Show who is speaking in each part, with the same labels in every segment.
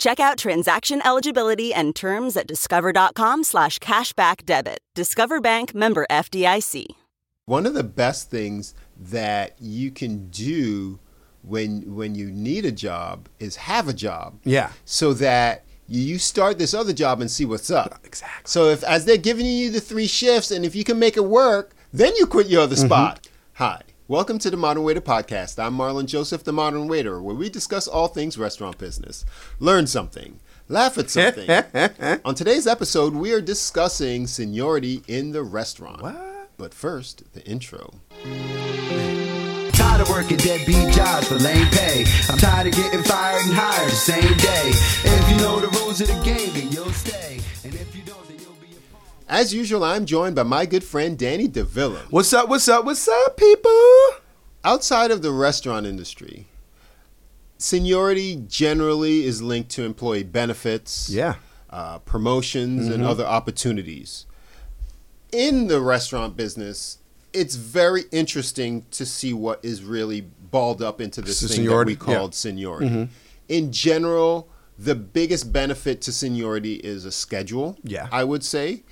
Speaker 1: Check out transaction eligibility and terms at discover.com slash cashback debit. Discover Bank member FDIC.
Speaker 2: One of the best things that you can do when when you need a job is have a job.
Speaker 3: Yeah.
Speaker 2: So that you you start this other job and see what's up.
Speaker 3: Exactly.
Speaker 2: So if as they're giving you the three shifts and if you can make it work, then you quit your other
Speaker 3: Mm-hmm.
Speaker 2: spot. Hi. Welcome to the Modern Waiter Podcast. I'm Marlon Joseph, the Modern Waiter, where we discuss all things restaurant business. Learn something, laugh at something. On today's episode, we are discussing seniority in the restaurant. What? But first, the intro.
Speaker 4: Tired of working deadbeat jobs for lame pay. I'm tired of getting fired and hired the same day. If you know the rules of the game, then you'll stay. And if you don't, then you'll be a part.
Speaker 2: As usual, I'm joined by my good friend Danny DeVilla.
Speaker 3: What's up? What's up? What's up, people?
Speaker 2: Outside of the restaurant industry, seniority generally is linked to employee benefits,
Speaker 3: Yeah. Mm-hmm.
Speaker 2: uh, promotions, and other opportunities. In the restaurant business, it's very interesting to see what is really balled up into this thing that
Speaker 3: Seniority,
Speaker 2: we called seniority. In general, the biggest benefit to seniority is a schedule.
Speaker 3: Yeah.
Speaker 2: I would say.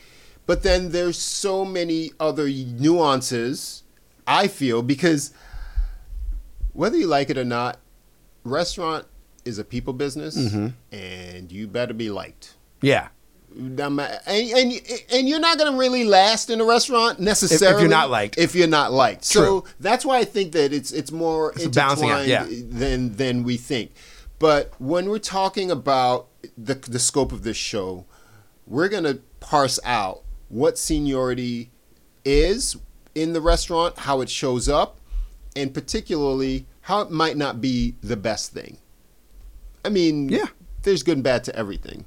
Speaker 2: But then there's so many other nuances, I feel, because whether you like it or not, restaurant is a people business
Speaker 3: Mm-hmm.
Speaker 2: and you better be liked.
Speaker 3: Yeah.
Speaker 2: No ma- And, and, and you're not going to really last in a restaurant necessarily
Speaker 3: not liked.
Speaker 2: If you're not liked, so
Speaker 3: True.
Speaker 2: that's why I think that it's it's more
Speaker 3: a balancing
Speaker 2: intertwined
Speaker 3: act, yeah.
Speaker 2: than than we think. But when we're talking about the the scope of this show, we're going to parse out what seniority is in the restaurant, how it shows up, and particularly how it might not be the best thing. I mean,
Speaker 3: Yeah.
Speaker 2: there's good and bad to everything.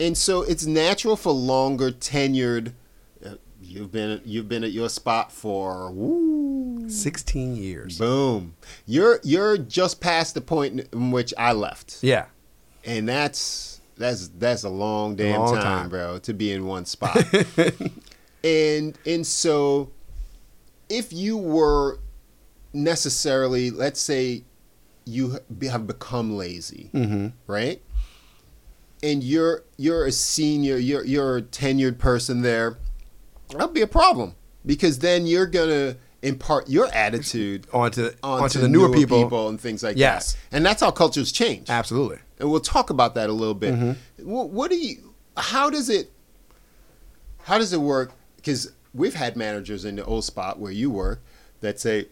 Speaker 2: And so it's natural for longer tenured. Uh, you've been you've been at your spot for woo,
Speaker 3: 16 years.
Speaker 2: boom. You're you're just past the point in which I left,
Speaker 3: Yeah.
Speaker 2: and that's that's that's a long damn
Speaker 3: Long
Speaker 2: time,
Speaker 3: time.
Speaker 2: bro, to be in one spot. and and so, if you were necessarily, let's say, you have become lazy,
Speaker 3: Mm-hmm.
Speaker 2: right? and you're you're a senior, you're you're a tenured person there, that'll be a problem because then you're gonna impart your attitude
Speaker 3: Onto, onto, the newer, people.
Speaker 2: and things like
Speaker 3: Yes.
Speaker 2: that. And that's how cultures change.
Speaker 3: Absolutely.
Speaker 2: And we'll talk about that a little bit.
Speaker 3: Mm-hmm.
Speaker 2: What, what do you? How does it? How does it work? Because we've had managers in the old spot where you work that say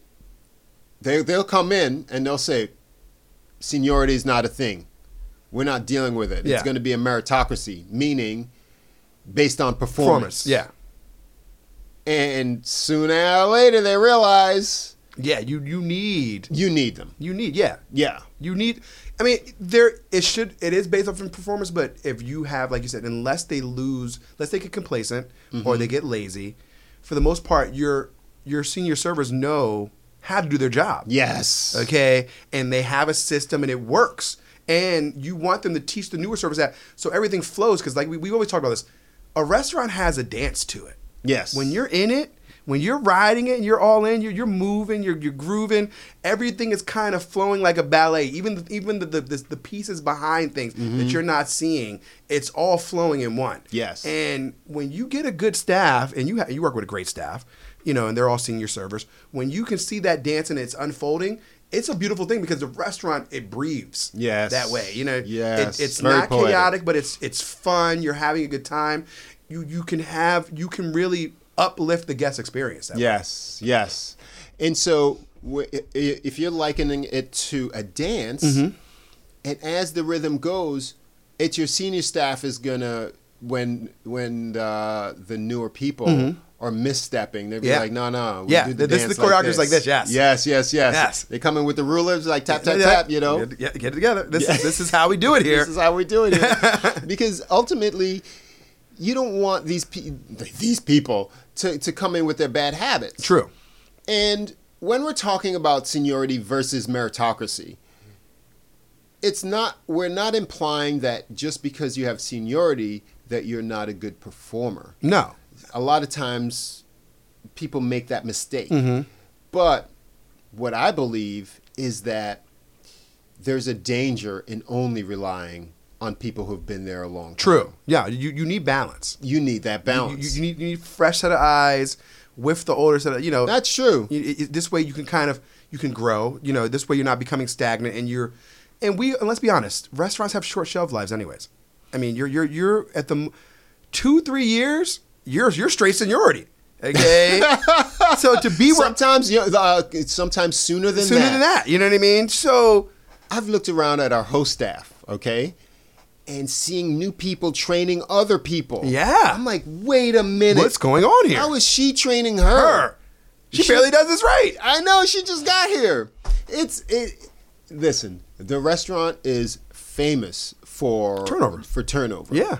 Speaker 2: they they'll come in and they'll say seniority is not a thing. We're not dealing with it.
Speaker 3: Yeah.
Speaker 2: It's going to be a meritocracy, meaning based on performance.
Speaker 3: Performance. Yeah.
Speaker 2: And sooner or later, they realize
Speaker 3: Yeah. You, you need,
Speaker 2: you need them.
Speaker 3: you need, yeah.
Speaker 2: Yeah.
Speaker 3: You need. I mean, there. It should. It is based off of performance, but if you have, like you said, unless they lose, unless they get complacent or they get lazy, for the most part, your your senior servers know how to do their job.
Speaker 2: Yes.
Speaker 3: Okay, and they have a system and it works. And you want them to teach the newer servers that so everything flows because, like we we always talk about this, a restaurant has a dance to it.
Speaker 2: Yes.
Speaker 3: When you're in it, when you're riding it and you're all in, you're, you're moving, you're, you're grooving, everything is kind of flowing like a ballet. Even the, even the, the, the, the pieces behind things that you're not seeing, it's all flowing in one.
Speaker 2: Mm-hmm. Yes.
Speaker 3: And when you get a good staff, and you ha- you work with a great staff, you know, and they're all senior servers, when you can see that dance and it's unfolding, it's a beautiful thing because the restaurant it breathes.
Speaker 2: Yes.
Speaker 3: That way, you know.
Speaker 2: Yes.
Speaker 3: It, it's
Speaker 2: Very
Speaker 3: not
Speaker 2: poetic.
Speaker 3: chaotic, but it's it's fun. You're having a good time. You you can have you can really uplift the guest experience. That way.
Speaker 2: Yes, yes. And so wh- i- i- if you're likening it to a dance,
Speaker 3: Mm-hmm.
Speaker 2: and as the rhythm goes, it's your senior staff is gonna when when the, the newer people are misstepping, they're
Speaker 3: Mm-hmm. Yeah.
Speaker 2: like, no, no,
Speaker 3: Yeah, this- the choreographer's like this, yes.
Speaker 2: yes, yes, yes,
Speaker 3: Yes.
Speaker 2: They come in with the rulers, like tap, tap, tap. You know,
Speaker 3: get, get it together. This is this is how we do it here.
Speaker 2: This is how we do it. here. because ultimately, you don't want these pe- these people to, to come in with their bad habits.
Speaker 3: True.
Speaker 2: And when we're talking about seniority versus meritocracy, it's not we're not implying that just because you have seniority that you're not a good performer.
Speaker 3: No.
Speaker 2: A lot of times people make that mistake.
Speaker 3: Mm-hmm.
Speaker 2: But what I believe is that there's a danger in only relying on people who've been there a long time.
Speaker 3: True. Yeah. You you need balance.
Speaker 2: You need that
Speaker 3: You,
Speaker 2: balance.
Speaker 3: you, you need you need fresh set of eyes with the older set of you know.
Speaker 2: That's true.
Speaker 3: You- it- it- this way you can kind of you can grow. You know, this way you're not becoming stagnant and you're and we and let's be honest, restaurants have short shelf lives anyways. I mean, you're you're you're at the m- 2 3 years, you're you're straight seniority. Okay? so to be where-
Speaker 2: sometimes you know, uh, sometimes sooner than
Speaker 3: sooner than that, you know what I mean? So
Speaker 2: I've looked around at our host staff, okay, and seeing new people training other people.
Speaker 3: Yeah.
Speaker 2: I'm like, wait a minute.
Speaker 3: What's going on here?
Speaker 2: How is she training her?
Speaker 3: Her. she barely does this right.
Speaker 2: I know she just got here. It's it. Listen, the restaurant is famous for
Speaker 3: Turnover.
Speaker 2: For turnover.
Speaker 3: Yeah.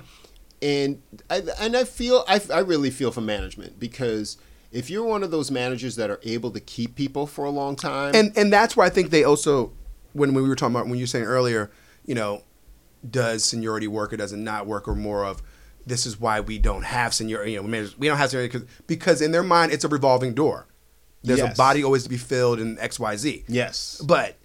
Speaker 2: and I and I feel I, I really feel for management because if you're one of those managers that are able to keep people for a long time,
Speaker 3: and and that's where I think they also when when we were talking about when you were saying earlier, you know, does seniority work or does it not work or more of this is why we don't have seniority. You know, managers- we don't have seniority 'cause- because in their mind it's a revolving door. There's a
Speaker 2: Yes.
Speaker 3: body always to be filled in X Y Z.
Speaker 2: yes,
Speaker 3: But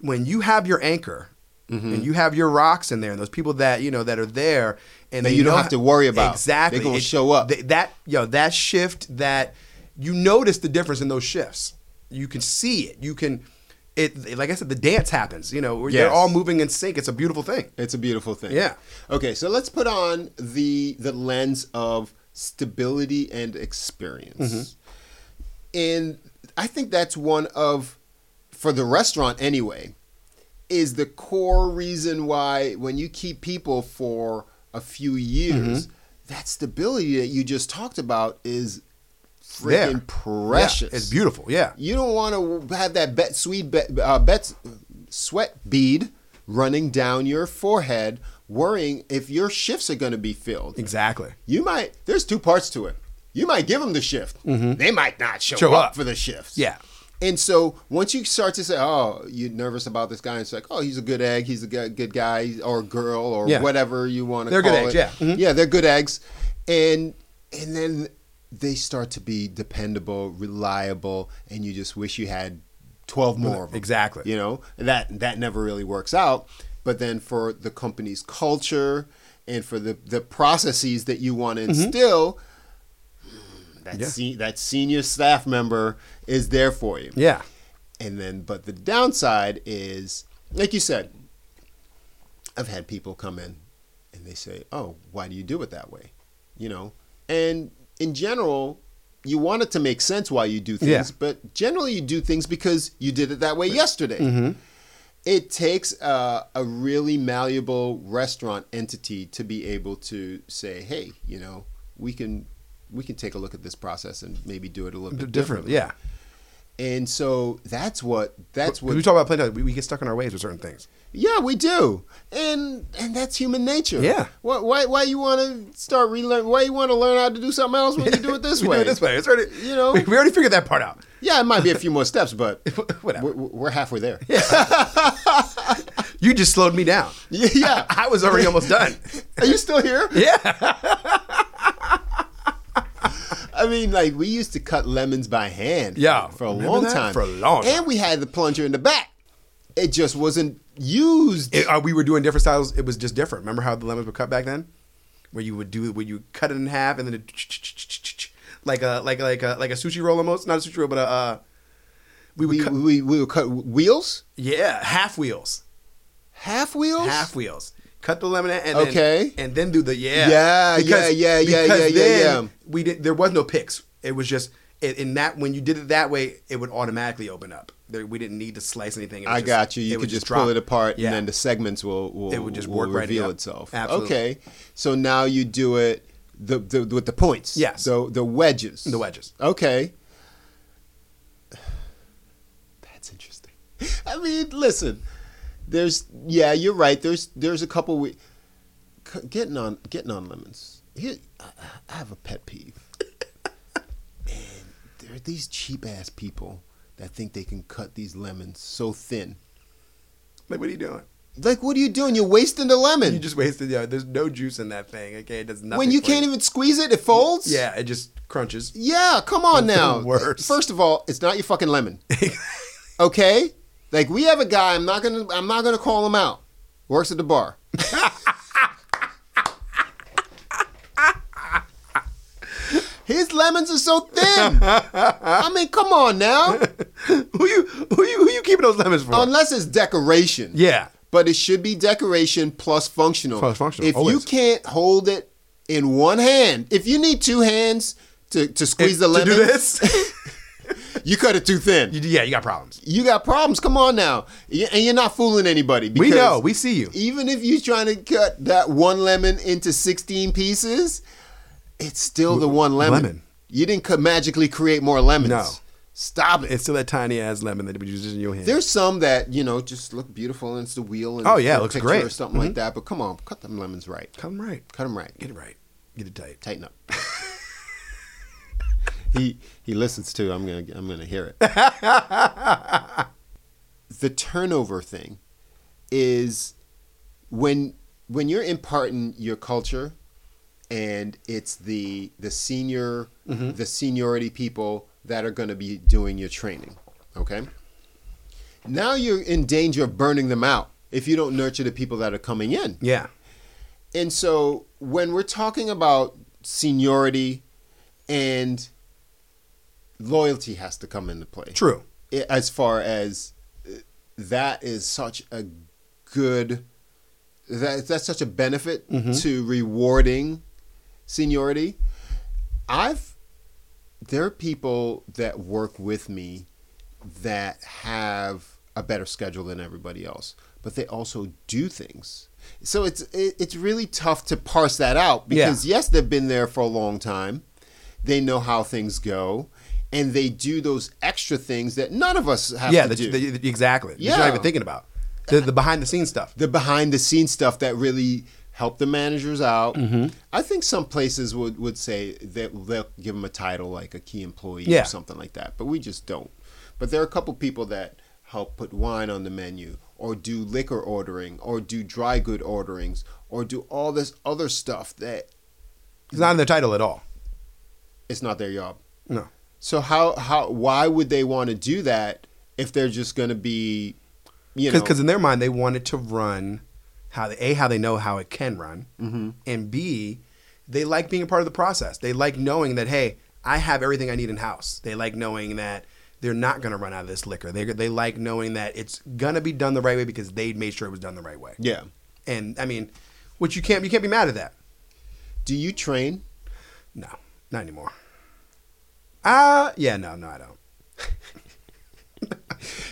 Speaker 3: when you have your anchor
Speaker 2: Mm-hmm.
Speaker 3: and you have your rocks in there and those people that you know that are there and
Speaker 2: That
Speaker 3: they
Speaker 2: you don't
Speaker 3: know-
Speaker 2: have to worry about.
Speaker 3: exactly
Speaker 2: They gonna show up.
Speaker 3: th- that yo that shift that you notice the difference in those shifts you can see it you can it like I said the dance happens you know where they're
Speaker 2: Yes.
Speaker 3: all moving in sync it's a beautiful thing
Speaker 2: It's a beautiful thing.
Speaker 3: Yeah.
Speaker 2: Okay, so let's put on the the lens of stability and experience.
Speaker 3: Mm-hmm.
Speaker 2: And I think that's one of for the restaurant anyway is the core reason why when you keep people for a few years
Speaker 3: Mm-hmm.
Speaker 2: that stability that you just talked about is
Speaker 3: There.
Speaker 2: freaking
Speaker 3: Yeah,
Speaker 2: precious.
Speaker 3: it's beautiful yeah
Speaker 2: You don't want to have that bet sweet bet, uh, bet sweat bead running down your forehead, worrying if your shifts are going to be filled.
Speaker 3: exactly
Speaker 2: You might. There's two parts to it. You might give them the shift. They might not show,
Speaker 3: Mm-hmm. Show
Speaker 2: up,
Speaker 3: up.
Speaker 2: for the shifts.
Speaker 3: Yeah.
Speaker 2: And so once you start to say, "Oh, you're nervous about this guy," it's like, "Oh, he's a good egg. He's a gu- good guy, or girl, or
Speaker 3: Yeah.
Speaker 2: whatever you want to."
Speaker 3: They're
Speaker 2: call
Speaker 3: good
Speaker 2: it.
Speaker 3: eggs, yeah. Mhm.
Speaker 2: yeah, they're good eggs, and and then they start to be dependable, reliable, and you just wish you had twelve more of them.
Speaker 3: Exactly.
Speaker 2: You know that that never really works out. But then for the company's culture and for the the processes that you want to
Speaker 3: Mm-hmm.
Speaker 2: instill,
Speaker 3: Mm,
Speaker 2: that se- that senior staff member is there for you.
Speaker 3: yeah
Speaker 2: And then, but the downside is, like you said, I've had people come in and they say, "Oh, why do you do it that way?" You know, and in general, you want it to make sense why you do things,
Speaker 3: Yeah.
Speaker 2: but generally you do things because you did it that way yesterday.
Speaker 3: Mm-hmm.
Speaker 2: It takes a, a really malleable restaurant entity to be able to say, "Hey, you know, we can." We can take a look at this process and maybe do it a little bit
Speaker 3: different
Speaker 2: differently.
Speaker 3: yeah
Speaker 2: And so that's what that's what
Speaker 3: we talk about plenty we, we get stuck in our ways with certain things
Speaker 2: Yeah, we do. And and that's human nature.
Speaker 3: Yeah.
Speaker 2: Why why, why you want to start relearn why you want to learn how to do something else when you do it this
Speaker 3: we
Speaker 2: way?
Speaker 3: do it this way it's already
Speaker 2: You know?
Speaker 3: we, we already figured that part out
Speaker 2: Yeah, it might be a few more steps, but
Speaker 3: Whatever.
Speaker 2: We're, we're halfway there.
Speaker 3: you just slowed me down
Speaker 2: Yeah. yeah.
Speaker 3: I was already almost done
Speaker 2: Are you still here?
Speaker 3: yeah
Speaker 2: I mean, like we used to cut lemons by hand.
Speaker 3: Yeah,
Speaker 2: For a
Speaker 3: remember
Speaker 2: long
Speaker 3: that?
Speaker 2: time.
Speaker 3: For a long time.
Speaker 2: And we had the plunger in the back. It just wasn't used.
Speaker 3: it, uh, we were doing different styles. It was just different. Remember how the lemons were cut back then, where you would do where you would cut it in half and then it, like a like like a like a sushi roll almost, not a sushi roll, but a uh, we would
Speaker 2: we,
Speaker 3: cut,
Speaker 2: we we would cut wheels,
Speaker 3: yeah half wheels,
Speaker 2: half wheels,
Speaker 3: half wheels. Cut the lemonade and
Speaker 2: Okay.
Speaker 3: then, and then do the yeah
Speaker 2: Yeah, yeah, yeah, yeah,
Speaker 3: because
Speaker 2: yeah, yeah,
Speaker 3: then
Speaker 2: yeah.
Speaker 3: We did there was no picks. It was just it, in that when you did it that way, it would automatically open up. There, we didn't need to slice anything. It was
Speaker 2: I
Speaker 3: just-
Speaker 2: got you.
Speaker 3: it
Speaker 2: You
Speaker 3: would
Speaker 2: could just, pull
Speaker 3: drop.
Speaker 2: it apart,
Speaker 3: Yeah.
Speaker 2: and then the segments will, will
Speaker 3: It would just
Speaker 2: will
Speaker 3: work right
Speaker 2: reveal
Speaker 3: up.
Speaker 2: itself.
Speaker 3: Absolutely.
Speaker 2: Okay, so now you do it the, the with the points.
Speaker 3: Yes.
Speaker 2: So the wedges.
Speaker 3: The wedges.
Speaker 2: Okay. That's interesting. I mean, listen. There's yeah, you're right. There's there's a couple we c- getting on getting on lemons. Here, I, I have a pet peeve. and there are these cheap ass people that think they can cut these lemons so thin.
Speaker 3: Like what are you doing?
Speaker 2: Like, what are you doing? You're wasting the lemon.
Speaker 3: You just wasted. Yeah, there's no juice in that thing. Okay, it does nothing.
Speaker 2: when you
Speaker 3: for
Speaker 2: can't even squeeze it, it folds.
Speaker 3: Yeah, it just crunches.
Speaker 2: Yeah, come on
Speaker 3: The
Speaker 2: now.
Speaker 3: worst.
Speaker 2: First of all, it's not your fucking lemon. okay? Like we have a guy, I'm not gonna I'm not gonna call him out. Works at the bar. His lemons are so thin. I mean, come on now.
Speaker 3: Who you who you who you keeping those lemons for?
Speaker 2: Unless it's decoration.
Speaker 3: Um, yeah.
Speaker 2: But it should be decoration plus functional.
Speaker 3: Plus functional,
Speaker 2: If you
Speaker 3: always.
Speaker 2: can't hold it in one hand, if you need two hands to, to squeeze the
Speaker 3: To
Speaker 2: lemon,
Speaker 3: do this?
Speaker 2: you cut it too thin.
Speaker 3: You- yeah, you got problems.
Speaker 2: You got problems. Come on now, Y- and you're not fooling anybody.
Speaker 3: We
Speaker 2: because
Speaker 3: know. We see you.
Speaker 2: Even if you're trying to cut that one lemon into 16 pieces, it's still the one lemon.
Speaker 3: lemon.
Speaker 2: You didn't co- magically create more lemons.
Speaker 3: No.
Speaker 2: Stop it.
Speaker 3: It's still that tiny ass lemon that was just in your hand.
Speaker 2: There's some that you know just look beautiful and it's the wheel. And
Speaker 3: Oh,
Speaker 2: for
Speaker 3: yeah,
Speaker 2: a
Speaker 3: it looks
Speaker 2: picture
Speaker 3: great.
Speaker 2: or something like that. But come on, cut them lemons right.
Speaker 3: Come right.
Speaker 2: Cut them right.
Speaker 3: Get it right. Get it tight.
Speaker 2: Tighten up. he he listens too. I'm gonna I'm gonna hear it. the turnover thing is when when you're imparting your culture and it's the the senior the seniority people that are going to be doing your training okay now you're in danger of burning them out if you don't nurture the people that are coming in
Speaker 3: Yeah.
Speaker 2: and so when we're talking about seniority and loyalty has to come into play.
Speaker 3: True.
Speaker 2: I- As far as uh, that is such a good that that's such a benefit to rewarding seniority. I've there are people that work with me that have a better schedule than everybody else, but they also do things. So it's it, it's really tough to parse that out because yes, they've been there for a long time. They know how things go, and they do those extra things that none of us have
Speaker 3: Yeah.
Speaker 2: to
Speaker 3: The,
Speaker 2: do.
Speaker 3: the- the- exactly. Yeah. You're
Speaker 2: Yeah.
Speaker 3: not even thinking about the, the behind the scenes stuff.
Speaker 2: the behind the scenes stuff that really helped the managers out.
Speaker 3: Mm-hmm.
Speaker 2: I think some places would, would say that they'll give them a title like a key employee
Speaker 3: Yeah.
Speaker 2: or something like that, but we just don't. But there are a couple people that help put wine on the menu or do liquor ordering or do dry good orderings or do all this other stuff that
Speaker 3: It's not in the title at all.
Speaker 2: it's not their job.
Speaker 3: No.
Speaker 2: So how how why would they want to do that if they're just going to be you know
Speaker 3: Because in their mind they want it to run how they a how they know how it can run,
Speaker 2: Mm-hmm.
Speaker 3: and b they like being a part of the process. They like knowing that hey, I have everything I need in house. They like knowing that they're not going to run out of this liquor. They they like knowing that it's going to be done the right way because they made sure it was done the right way.
Speaker 2: yeah.
Speaker 3: and I mean, which you can't you can't be mad at that.
Speaker 2: Do you train?
Speaker 3: No, not anymore. Uh yeah, no, no, I don't.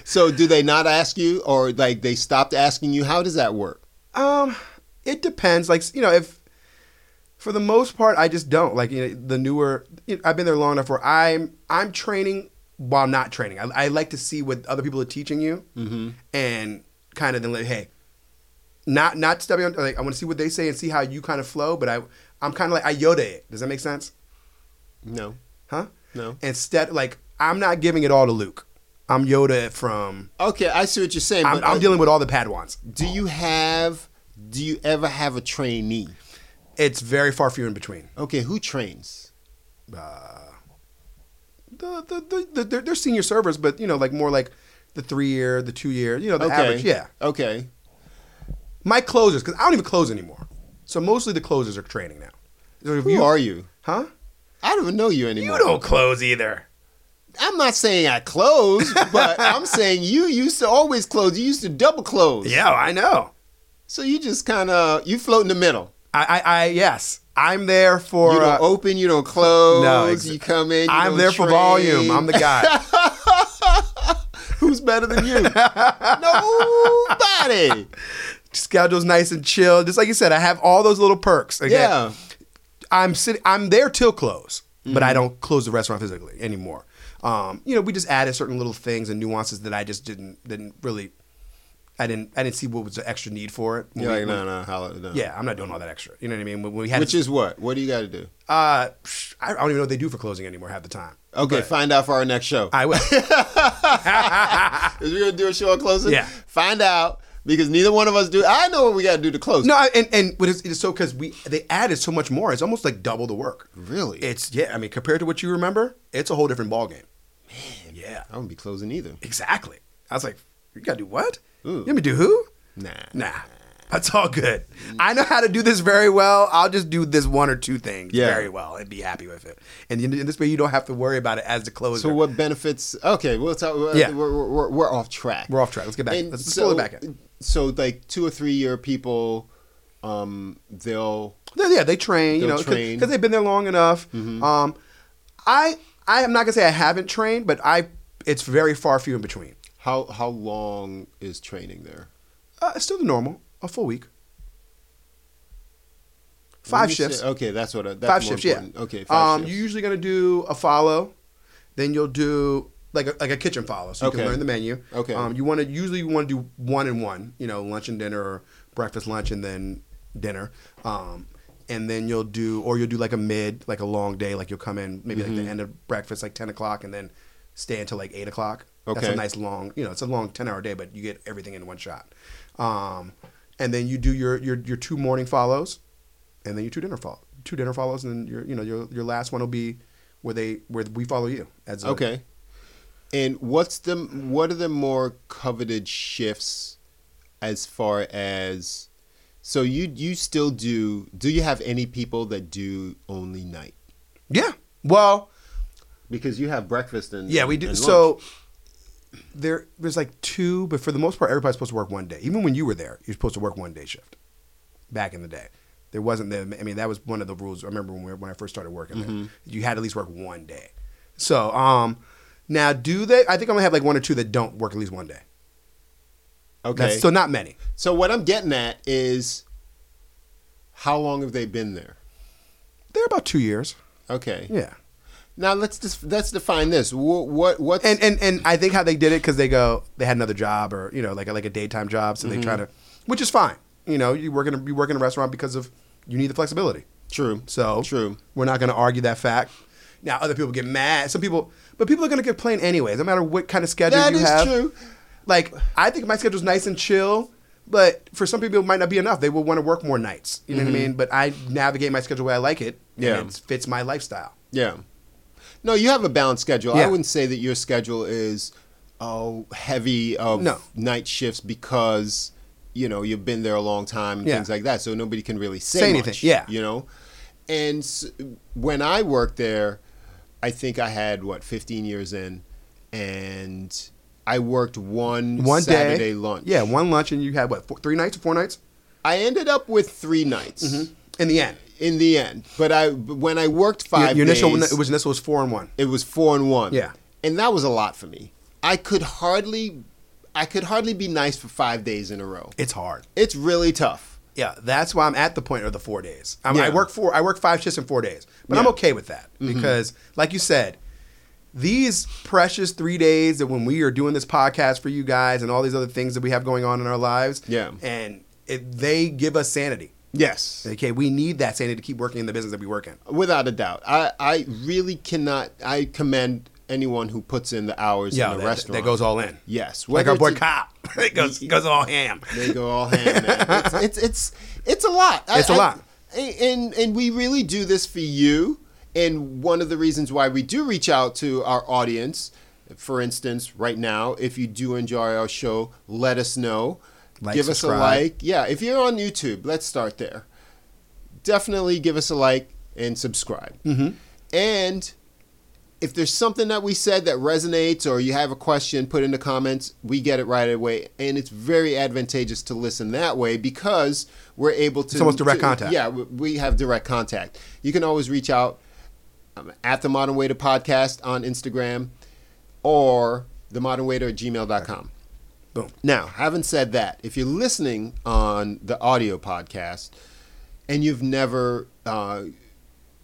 Speaker 2: So do they not ask you, or like they stopped asking you? How does that work?
Speaker 3: Um, it depends. Like you know, if for the most part, I just don't like you know the newer. You know, I've been there long enough where I'm I'm training while not training. I, I like to see what other people are teaching you,
Speaker 2: Mm-hmm.
Speaker 3: and kind of then like, hey, not not stepping on. Like I want to see what they say and see how you kind of flow. But I I'm kind of like I Yoda it. Does that make sense?
Speaker 2: No.
Speaker 3: Huh?
Speaker 2: No.
Speaker 3: Instead, like I'm not giving it all to Luke. I'm Yoda it from.
Speaker 2: Okay, I see what you're saying.
Speaker 3: I'm,
Speaker 2: but,
Speaker 3: I'm
Speaker 2: uh,
Speaker 3: dealing with all the Padawans.
Speaker 2: do you have? Do you ever have a trainee?
Speaker 3: It's very far few in between.
Speaker 2: Okay, who trains?
Speaker 3: the, the, the, the they're, they're senior servers, but you know, like more like the three year, the two year, you know, the
Speaker 2: okay.
Speaker 3: average. Yeah,
Speaker 2: Okay.
Speaker 3: my closers because I don't even close anymore, so mostly the closers are training now. So if
Speaker 2: Who
Speaker 3: you-
Speaker 2: are you?
Speaker 3: Huh?
Speaker 2: I don't even know you anymore.
Speaker 3: You don't close either.
Speaker 2: I'm not saying I closed, but I'm saying you used to always close. You used to double close.
Speaker 3: Yeah, I know.
Speaker 2: So you just kind of you float in the middle.
Speaker 3: I, I, I yes, I'm there for.
Speaker 2: You
Speaker 3: uh,
Speaker 2: don't open. You don't close.
Speaker 3: no, ex-
Speaker 2: you come in. You
Speaker 3: I'm
Speaker 2: don't
Speaker 3: there for
Speaker 2: trade.
Speaker 3: volume. I'm the guy.
Speaker 2: Who's better than you? Nobody.
Speaker 3: Schedule's nice and chill. Just like you said, I have all those little perks. Again,
Speaker 2: Yeah.
Speaker 3: I'm sitting. I'm there till close, but
Speaker 2: Mm-hmm.
Speaker 3: I don't close the restaurant physically anymore. Um, you know, we just added certain little things and nuances that I just didn't didn't really. I didn't. I didn't see what was the extra need for it. When
Speaker 2: You're
Speaker 3: we-
Speaker 2: like
Speaker 3: when-
Speaker 2: no, no, holla, no.
Speaker 3: Yeah, I'm not doing all that extra. You know what I mean? When we had
Speaker 2: Which is what? What do you got to do?
Speaker 3: uh, psh, I I don't even know what they do for closing anymore half the time.
Speaker 2: Okay,
Speaker 3: But
Speaker 2: find out for our next show.
Speaker 3: I will.
Speaker 2: Is we gonna do a show on closing?
Speaker 3: Yeah.
Speaker 2: Find out because neither one of us do. I know what we got to do to close.
Speaker 3: No, I- and and what is, it's so because we they added so much more. It's almost like double the work.
Speaker 2: Really?
Speaker 3: It's yeah. I mean, compared to what you remember, it's a whole different ballgame. Man. Yeah.
Speaker 2: I wouldn't be closing either.
Speaker 3: Exactly. I was like, you gotta do what?
Speaker 2: Ooh.
Speaker 3: You want me to do who?
Speaker 2: Nah.
Speaker 3: Nah. That's all good. I know how to do this very well. I'll just do this one or two things
Speaker 2: Yeah.
Speaker 3: very well and be happy with it. And in, in this way, you don't have to worry about it as the closer.
Speaker 2: So what benefits? Okay, we'll talk.
Speaker 3: Yeah.
Speaker 2: Yeah. We're, we're, we're, we're off track.
Speaker 3: We're off track. Let's get back.
Speaker 2: And
Speaker 3: Let's- let's pull it back in.
Speaker 2: So like two or three year people, um, they'll
Speaker 3: They- yeah, they train, you
Speaker 2: They'll
Speaker 3: know,
Speaker 2: train. Mm-hmm.
Speaker 3: because they've been there long enough. Um, I I am not gonna say I haven't trained, but I it's very far few in between.
Speaker 2: how how long is training there?
Speaker 3: Uh, it's still the normal, a full week,
Speaker 2: When
Speaker 3: five
Speaker 2: you
Speaker 3: shifts,
Speaker 2: say- okay, that's what. I, that's
Speaker 3: five
Speaker 2: more
Speaker 3: shifts.
Speaker 2: important.
Speaker 3: Yeah,
Speaker 2: Okay. Five
Speaker 3: um,
Speaker 2: shifts.
Speaker 3: you're usually gonna do a follow, then you'll do like a, like a kitchen follow, so you
Speaker 2: Okay.
Speaker 3: can learn the menu.
Speaker 2: Okay.
Speaker 3: Um, you want to usually you want to do one and one, you know, lunch and dinner, or breakfast, lunch, and then dinner. Um, and then you'll do, or you'll do like a mid, like a long day, like you'll come in maybe like
Speaker 2: Mm-hmm.
Speaker 3: the end of breakfast, like ten o'clock, and then stay until like eight o'clock. That's
Speaker 2: Okay.
Speaker 3: a nice long, you know, it's a long ten hour day, but you get everything in one shot. Um, and then you do your your your two morning follows, and then your two dinner follow two dinner follows, and then your you know your your last one will be where they where we follow you as a-
Speaker 2: Okay. And what's the what are the more coveted shifts as far as so you you still do do you have any people that do only night?
Speaker 3: Yeah. Well,
Speaker 2: Because you have breakfast and
Speaker 3: yeah, we do.
Speaker 2: and
Speaker 3: So
Speaker 2: lunch.
Speaker 3: there there's like two, but for the most part, everybody's supposed to work one day. Even when you were there, you're supposed to work one day shift. Back in the day, there wasn't the. I mean, that was one of the rules. I remember when, we, when I first started working
Speaker 2: Mm-hmm.
Speaker 3: there, you had to at least work one day. So um, now do they? I think I'm gonna have like one or two that don't work at least one day.
Speaker 2: okay.
Speaker 3: That's, so not many.
Speaker 2: so what I'm getting at is how long have they been there?
Speaker 3: They're about two years.
Speaker 2: Okay.
Speaker 3: Yeah.
Speaker 2: Now let's just let's define this. What what what's
Speaker 3: and and and I think how they did it because they go they had another job or you know like a, like a daytime job, so they try to, which is fine. You know, you work in a, you work in a restaurant because of you need the flexibility.
Speaker 2: true.
Speaker 3: So
Speaker 2: true.
Speaker 3: We're not going to argue that fact. Now other people get mad. Some people, but people are going to complain anyways, no matter what kind of schedule
Speaker 2: That
Speaker 3: you
Speaker 2: is
Speaker 3: have.
Speaker 2: true.
Speaker 3: Like I think my schedule's nice and chill. But for some people, it might not be enough. They will want to work more nights. You know what I mean? But I navigate my schedule the way I like it.
Speaker 2: Yeah.
Speaker 3: And it fits my lifestyle.
Speaker 2: Yeah. No, you have a balanced schedule. I
Speaker 3: Yeah.
Speaker 2: wouldn't say that your schedule is oh heavy of
Speaker 3: No.
Speaker 2: night shifts because you know you've been there a long time and
Speaker 3: Yeah.
Speaker 2: things like that. So nobody can really say,
Speaker 3: Say anything,
Speaker 2: much,
Speaker 3: yeah.
Speaker 2: you know. And s- when I worked there, I think I had what 15 years in, and I worked one
Speaker 3: One
Speaker 2: Saturday
Speaker 3: day.
Speaker 2: lunch.
Speaker 3: Yeah, one lunch, and you had what, four, three nights or four nights?
Speaker 2: I ended up with three nights
Speaker 3: in the end.
Speaker 2: in the end. But I when I worked five
Speaker 3: your, your
Speaker 2: days,
Speaker 3: initial it was initial was four and one.
Speaker 2: it was four and one.
Speaker 3: Yeah.
Speaker 2: and that was a lot for me. I could hardly, I could hardly be nice for five days in a row.
Speaker 3: It's hard.
Speaker 2: It's really tough.
Speaker 3: Yeah, that's why I'm at the point of the four days. I'm, I
Speaker 2: Yeah.
Speaker 3: work four. I work five shifts in four days, but I'm
Speaker 2: Yeah.
Speaker 3: okay with that because, like you said, these precious three days that when we are doing this podcast for you guys and all these other things that we have going on in our lives.
Speaker 2: Yeah.
Speaker 3: and it, they give us sanity.
Speaker 2: Yes,
Speaker 3: Okay, we need that sanity to keep working in the business that we work in.
Speaker 2: without a doubt. I, I really cannot. I commend anyone who puts in the hours
Speaker 3: Yeah,
Speaker 2: in the
Speaker 3: that,
Speaker 2: restaurant.
Speaker 3: that goes all in.
Speaker 2: Yes,
Speaker 3: like our
Speaker 2: whether
Speaker 3: boy
Speaker 2: it's a-
Speaker 3: Cop, it goes goes all ham.
Speaker 2: They go all hand. man. It's, it's it's it's a lot. I-
Speaker 3: It's a
Speaker 2: I-
Speaker 3: lot.
Speaker 2: and and we really do this for you. And one of the reasons why we do reach out to our audience, for instance, right now, if you do enjoy our show, let us know.
Speaker 3: Like,
Speaker 2: give us a
Speaker 3: subscribe.
Speaker 2: like. Yeah, if you're on YouTube, let's start there. Definitely give us a like and subscribe. Mm-hmm. And if there's something that we said that resonates or you have a question, put in the comments. We get it right away, and it's very advantageous to listen that way because we're able to.
Speaker 3: It's almost direct
Speaker 2: to-
Speaker 3: contact.
Speaker 2: Yeah, we- we have direct contact. You can always reach out um, at the Modern Waiter Podcast on Instagram or the Modern Waiter at gmail.com.
Speaker 3: Boom.
Speaker 2: Now, having said that, if you're listening on the audio podcast and you've never uh,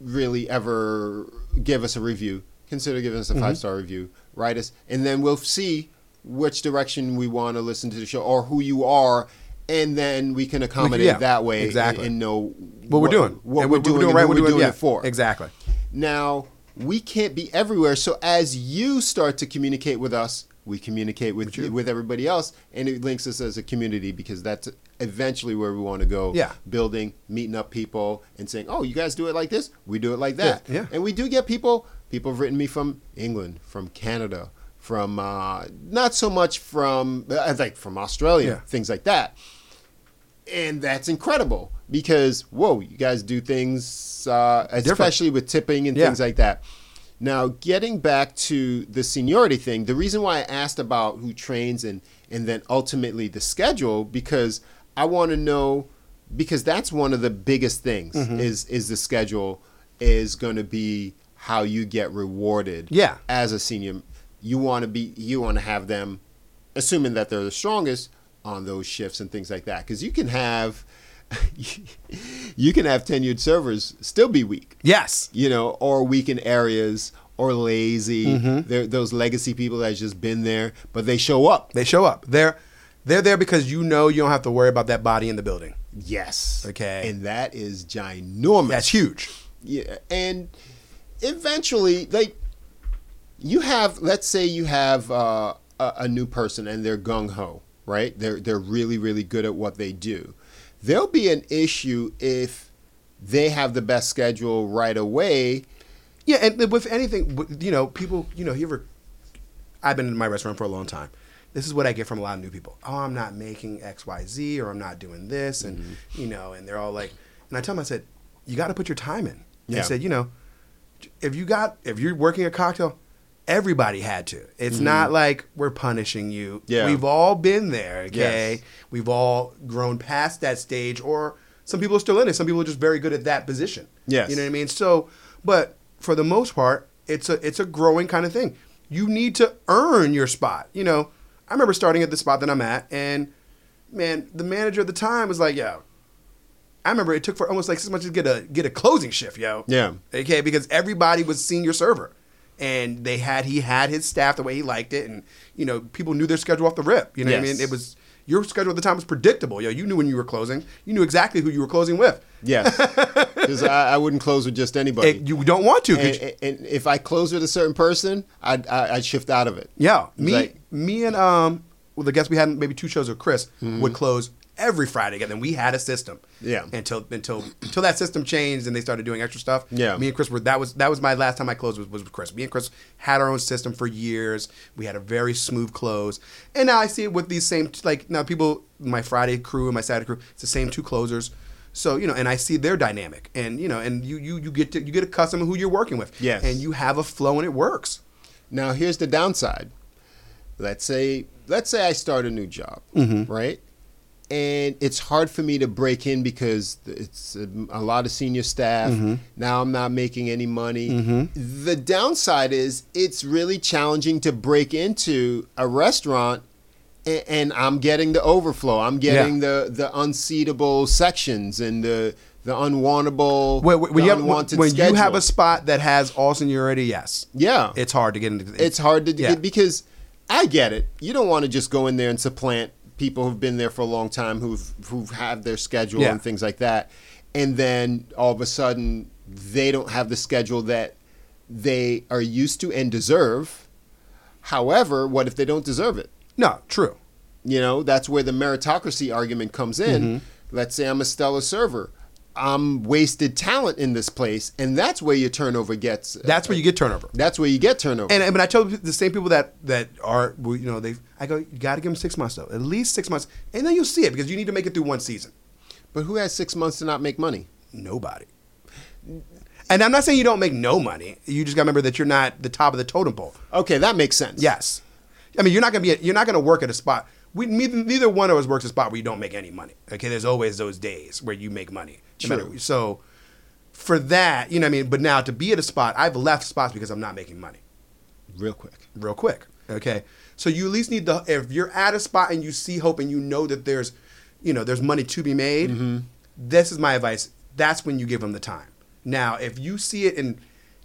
Speaker 2: really ever give us a review, consider giving us a
Speaker 3: Mm-hmm.
Speaker 2: five star review. Write us, and then we'll see which direction we want to listen to the show or who you are, and then we can accommodate
Speaker 3: yeah,
Speaker 2: that way and-
Speaker 3: exactly.
Speaker 2: and, know
Speaker 3: What, we're doing,
Speaker 2: what
Speaker 3: And
Speaker 2: we're,
Speaker 3: what
Speaker 2: doing, and who we're doing
Speaker 3: yeah,
Speaker 2: it for.
Speaker 3: Exactly.
Speaker 2: Now, we can't be everywhere. So as you start to communicate with us, we communicate with with, everybody else, and it links us as a community because that's eventually where we want to go.
Speaker 3: Yeah.
Speaker 2: building, meeting up people, and saying, "Oh, you guys do it like this. We do it like that."
Speaker 3: Yeah, yeah.
Speaker 2: and we do get people. People have written me from England, from Canada, from uh, not so much from uh, like from Australia,
Speaker 3: Yeah.
Speaker 2: things like that and that's incredible because whoa, you guys do things, uh, especially with tipping and
Speaker 3: Yeah.
Speaker 2: things like that. Now, getting back to the seniority thing, the reason why I asked about who trains and and then ultimately the schedule because I want to know because that's one of the biggest things
Speaker 3: Mm-hmm.
Speaker 2: is is the schedule is going to be how you get rewarded
Speaker 3: Yeah.
Speaker 2: as a senior, you want to be you want to have them, assuming that they're the strongest on those shifts and things like that. Because you can have, you can have tenured servers still be weak.
Speaker 3: Yes.
Speaker 2: You know, or weak in areas, or lazy.
Speaker 3: Mm-hmm.
Speaker 2: They're those legacy people that's just been there, but they show up.
Speaker 3: They show up. They're they're there because you know you don't have to worry about that body in the building.
Speaker 2: Yes.
Speaker 3: Okay.
Speaker 2: And that is ginormous.
Speaker 3: That's huge.
Speaker 2: Yeah, and eventually, like you have, let's say you have uh, a, a new person and they're gung ho, right? They're they're really really good at what they do. There'll be an issue if they have the best schedule right away.
Speaker 3: Yeah, and with anything, with- you know, people, you know, you ever, I've been in my restaurant for a long time. This is what I get from a lot of new people. Oh, I'm not making X, Y, Z, or I'm not doing this, and
Speaker 2: Mm-hmm.
Speaker 3: you know, and they're all like, and I tell them, I said, you got to put your time in.
Speaker 2: Yeah.
Speaker 3: I said, you know, if you got, if you're working a cocktail, everybody had to. It's not like we're punishing you.
Speaker 2: Mm-hmm. Yeah.
Speaker 3: we've all been there. Okay,
Speaker 2: Yes.
Speaker 3: we've all grown past that stage, or some people are still in it. Some people are just very good at that position.
Speaker 2: Yes.
Speaker 3: You know what I mean? So, but for the most part, it's a it's a growing kind of thing. You need to earn your spot. You know, I remember starting at the spot that I'm at, and man, the manager at the time was like, "Yo," I remember it took for almost like six months to get a get a closing shift, yo.
Speaker 2: Yeah.
Speaker 3: Okay, because everybody was senior server, and they had he had his staff the way he liked it, and you know people knew their schedule off the rip. You know what I
Speaker 2: Yes.
Speaker 3: mean? It was your schedule at the time was predictable. Yo, you knew when you were closing. You knew exactly who you were closing with.
Speaker 2: Yes, because I, I wouldn't close with just anybody.
Speaker 3: It- you don't want to. 'cause you-
Speaker 2: and, and if I close with a certain person, I'd, I- I'd shift out of it.
Speaker 3: yeah,
Speaker 2: It's
Speaker 3: me,
Speaker 2: like-
Speaker 3: me, and um, well, the guest we had maybe two shows with Chris would close every Friday together. And we had a system.
Speaker 2: Mm-hmm. Yeah.
Speaker 3: Until until until that system changed and they started doing extra stuff.
Speaker 2: Yeah.
Speaker 3: Me and Chris were that was that was my last time I closed was, was with Chris. Me and Chris had our own system for years. We had a very smooth close, and now I see it with these same like now people my Friday crew and my Saturday crew. It's the same two closers. So you know, and I see their dynamic, and you know, and you you you get to you get accustomed to who you're working with.
Speaker 2: Yes.
Speaker 3: And you have a flow, and it works.
Speaker 2: Now here's the downside. Let's say let's say I start a new job,
Speaker 3: Mm-hmm.
Speaker 2: right? And it's hard for me to break in because it's a, a lot of senior staff.
Speaker 3: Mm-hmm.
Speaker 2: Now I'm not making any money. The downside is it's really challenging to break into a restaurant and, and I'm getting the overflow. I'm getting the the unseatable sections and the the unwantable
Speaker 3: When, when,
Speaker 2: the
Speaker 3: you, have, when
Speaker 2: unwanted
Speaker 3: when you have a
Speaker 2: schedules.
Speaker 3: spot that has all seniority, yes.
Speaker 2: Yeah.
Speaker 3: It's hard to get into.
Speaker 2: it's hard to
Speaker 3: yeah.
Speaker 2: it- because I get it. You don't want to just go in there and supplant people who've been there for a long time who've who've had their schedule
Speaker 3: Yeah.
Speaker 2: and things like that, and then all of a sudden they don't have the schedule that they are used to and deserve. However, what if they don't deserve it?
Speaker 3: No, true.
Speaker 2: You know, that's where the meritocracy argument comes in.
Speaker 3: Mm-hmm.
Speaker 2: Let's say I'm a stellar server. I'm wasted talent in this place, and that's where your turnover gets.
Speaker 3: That's where you get turnover.
Speaker 2: that's where you get turnover.
Speaker 3: And, and when I tell the same people that that are, well, you know, they, I go, you got to give them six months though, at least six months, and then you'll see it because you need to make it through one season.
Speaker 2: But who has six months to not make money?
Speaker 3: Nobody. And I'm not saying you don't make no money. You just got to remember that you're not the top of the totem pole.
Speaker 2: Okay, that makes sense.
Speaker 3: Yes, I mean you're not gonna be you're not gonna work at a spot. We neither, neither one of us works a spot where you don't make any money. Okay, there's always those days where you make money. no matter-
Speaker 2: True.
Speaker 3: so for that, you know what I mean. But now to be at a spot, I've left spots because I'm not making money
Speaker 2: Real quick.
Speaker 3: real quick. Okay. So you at least need the if you're at a spot and you see hope and you know that there's, you know, there's money to be made.
Speaker 2: Mm-hmm.
Speaker 3: This is my advice. That's when you give them the time. Now, if you see it and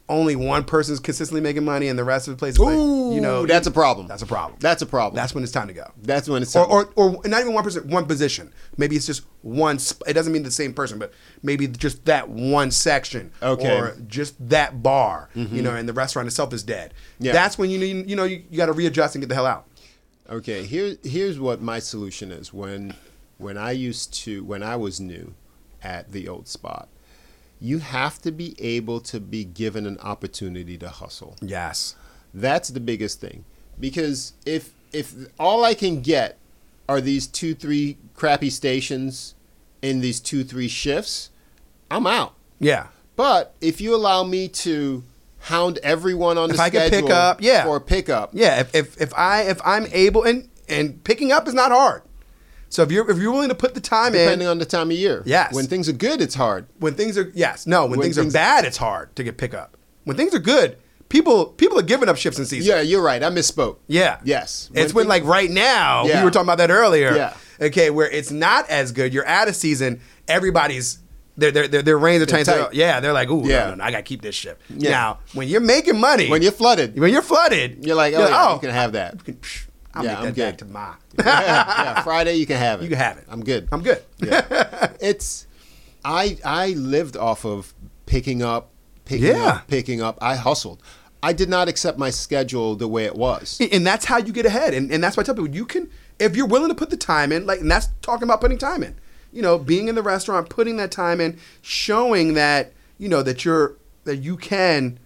Speaker 3: only one person's consistently making money and the rest of the place is like, you know,
Speaker 2: Ooh, that's a problem.
Speaker 3: That's a problem.
Speaker 2: That's a problem.
Speaker 3: That's when it's time to go.
Speaker 2: That's when it's
Speaker 3: or,
Speaker 2: time.
Speaker 3: or or not even one person, one position. Maybe it's just one. Sp- it doesn't mean the same person, but maybe just that one section.
Speaker 2: Okay. Mm-hmm.
Speaker 3: Or just that bar, you know, and the restaurant itself is dead.
Speaker 2: Yeah.
Speaker 3: That's when you need, you know, you, you got to readjust and get the hell out.
Speaker 2: Okay, here here's what my solution is. When when I used to when I was new at the old spot, you have to be able to be given an opportunity to hustle.
Speaker 3: Yes.
Speaker 2: That's the biggest thing. Because if if all I can get are these two three crappy stations in these two three shifts, I'm out.
Speaker 3: Yeah.
Speaker 2: But if you allow me to hound everyone on
Speaker 3: If
Speaker 2: the
Speaker 3: I can
Speaker 2: schedule
Speaker 3: pick up, yeah.
Speaker 2: for pickup,
Speaker 3: Yeah. If, if if I if I'm able and and picking up is not hard. So if you're if you're willing to put the time
Speaker 2: depending
Speaker 3: in
Speaker 2: on the time of year.
Speaker 3: Yes.
Speaker 2: When things are good, it's hard.
Speaker 3: when things are yes no when,
Speaker 2: When
Speaker 3: things,
Speaker 2: things-
Speaker 3: are bad it's hard to get pickup. When things are good, people people are giving up shifts and seasons.
Speaker 2: Yeah, you're right. I misspoke.
Speaker 3: Yeah.
Speaker 2: Yes.
Speaker 3: It's when, like right now,
Speaker 2: Yeah.
Speaker 3: we were talking about that earlier.
Speaker 2: Yeah.
Speaker 3: Okay, where it's not as good. You're out of season. Everybody's their their their, their reins are
Speaker 2: They're
Speaker 3: tight. so-
Speaker 2: tight.
Speaker 3: Yeah, they're like, ooh, yeah.
Speaker 2: Yeah.
Speaker 3: no, no, no, I gotta keep this ship.
Speaker 2: Yeah.
Speaker 3: Now, when you're making money,
Speaker 2: When you're flooded.
Speaker 3: when you're flooded,
Speaker 2: You're like, oh, yeah, you can have that.
Speaker 3: psh, I'll
Speaker 2: Yeah,
Speaker 3: make that
Speaker 2: I'm
Speaker 3: back
Speaker 2: good.
Speaker 3: to my.
Speaker 2: yeah, yeah, Friday you can have it.
Speaker 3: You can have it.
Speaker 2: I'm good.
Speaker 3: I'm good.
Speaker 2: Yeah. it's I I lived off of picking up, picking
Speaker 3: Yeah.
Speaker 2: up, picking up. I hustled. I did not accept my schedule the way it was.
Speaker 3: and that's how you get ahead. And, and that's why I tell people you can, if you're willing to put the time in, like, and that's talking about putting time in. You know, being in the restaurant, putting that time in, showing that you know that you're that you can.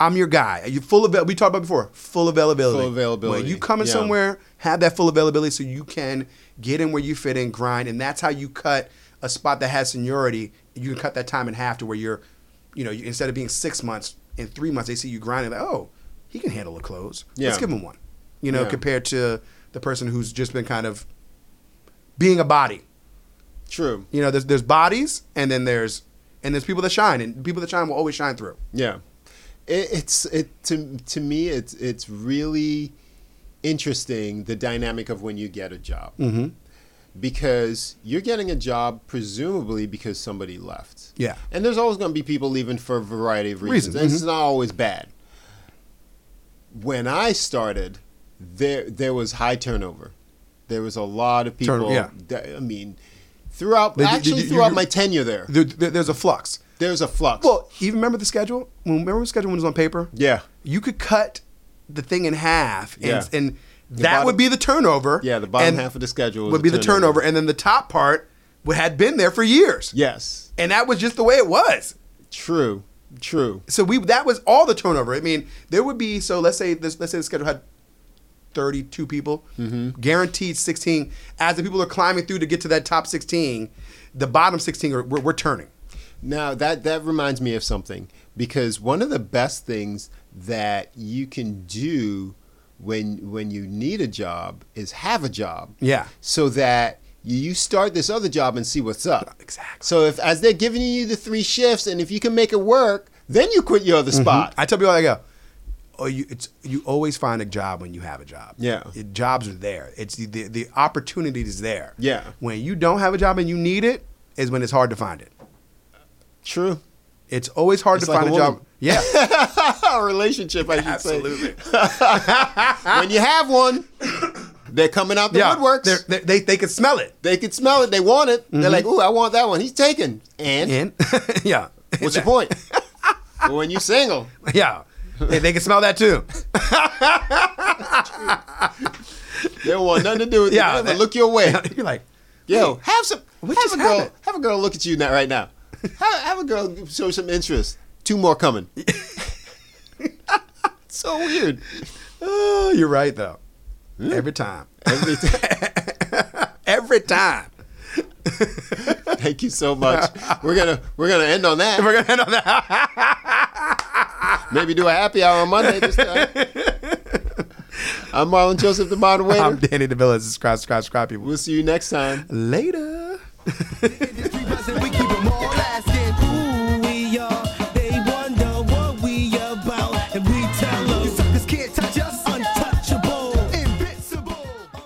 Speaker 3: I'm your guy. Are you full of? We talked about before. Full availability.
Speaker 2: Full availability,
Speaker 3: When you come in
Speaker 2: yeah.
Speaker 3: somewhere, have that full availability so you can get in where you fit in, grind, and that's how you cut a spot that has seniority. You can cut that time in half to where you're, you know, you, instead of being six months in three months, they see you grinding. Like, oh, he can handle the clothes.
Speaker 2: Yeah.
Speaker 3: Let's give him one. You know,
Speaker 2: Yeah.
Speaker 3: compared to the person who's just been kind of being a body.
Speaker 2: True.
Speaker 3: You know, there's there's bodies and then there's and there's people that shine and people that shine will always shine through.
Speaker 2: Yeah. It, it's it to to me it's it's really interesting the dynamic of when you get a job. Mm-hmm. Because you're getting a job presumably because somebody left.
Speaker 3: Yeah.
Speaker 2: And there's always going to be people leaving for a variety of reasons.
Speaker 3: Reasons, mm-hmm.
Speaker 2: And It's not always bad. When I started, there there was high turnover. There was a lot of people.
Speaker 3: Turnover, yeah.
Speaker 2: that- I mean, throughout
Speaker 3: Did you- did
Speaker 2: actually
Speaker 3: you-
Speaker 2: throughout
Speaker 3: you-
Speaker 2: my tenure there,
Speaker 3: There, there- there's a flux.
Speaker 2: there's a flux.
Speaker 3: Well, even remember the schedule? When- Remember the schedule when it was on paper?
Speaker 2: Yeah.
Speaker 3: You could cut the thing in half and,
Speaker 2: Yeah.
Speaker 3: and
Speaker 2: The
Speaker 3: that
Speaker 2: bottom-
Speaker 3: would be the turnover.
Speaker 2: Yeah, the bottom
Speaker 3: and
Speaker 2: half of the schedule was
Speaker 3: would
Speaker 2: the
Speaker 3: be the
Speaker 2: turnover.
Speaker 3: turnover. And then the top part would, had been there for years.
Speaker 2: yes,
Speaker 3: And that was just the way it was.
Speaker 2: true, true.
Speaker 3: so we that was all the turnover. I mean, there would be so let's say this let's say the schedule had thirty two people,
Speaker 2: Mm-hmm.
Speaker 3: guaranteed sixteen. As the people are climbing through to get to that top sixteen, the bottom sixteen are we're, we're turning.
Speaker 2: Now that that reminds me of something because one of the best things that you can do when when you need a job is have a job.
Speaker 3: Yeah.
Speaker 2: So that you- you start this other job and see what's up.
Speaker 3: Exactly.
Speaker 2: So if as they're giving you the three shifts and if you can make it work, then you quit your other spot.
Speaker 3: Mm-hmm. I tell people I go, oh, you it's you always find a job when you have a job.
Speaker 2: Yeah.
Speaker 3: It- jobs are there. It's the, the the opportunity is there.
Speaker 2: Yeah.
Speaker 3: when you don't have a job and you need it is when it's hard to find it.
Speaker 2: True.
Speaker 3: It's always hard
Speaker 2: It's
Speaker 3: to
Speaker 2: like
Speaker 3: find
Speaker 2: a
Speaker 3: a, job.
Speaker 2: woman.
Speaker 3: Yeah,
Speaker 2: A relationship, I should say. Absolutely. when you have one, they're coming out the
Speaker 3: yeah.
Speaker 2: woodworks.
Speaker 3: They're- They, they they can smell it.
Speaker 2: They can smell it. They want it. They're like, "Ooh, I want that one." He's taken. And,
Speaker 3: Mm-hmm. And yeah,
Speaker 2: what's your point? But when you single,
Speaker 3: Yeah. They, they can smell that too.
Speaker 2: they don't want nothing to do with
Speaker 3: Yeah,
Speaker 2: you. They
Speaker 3: that-
Speaker 2: look your way.
Speaker 3: You're like,
Speaker 2: Yo, have some. Have
Speaker 3: just
Speaker 2: a girl.
Speaker 3: happened?
Speaker 2: Have a girl look at you now, right now. Have, have a girl show some interest. Two more coming. so weird.
Speaker 3: oh, you're right though. Every time. Every time. Every time.
Speaker 2: Thank you so much. We're gonna we're gonna end on that.
Speaker 3: We're gonna end on that.
Speaker 2: Maybe do a happy hour on Monday this time. I'm Marlon Joseph, the modern waiter.
Speaker 3: I'm Danny DeVilla. Subscribe, subscribe, subscribe, people.
Speaker 2: we'll see you next time.
Speaker 3: Later.
Speaker 4: and we keep 'em all asking who we are. They wonder what we about, and we tell 'em. You suckers can't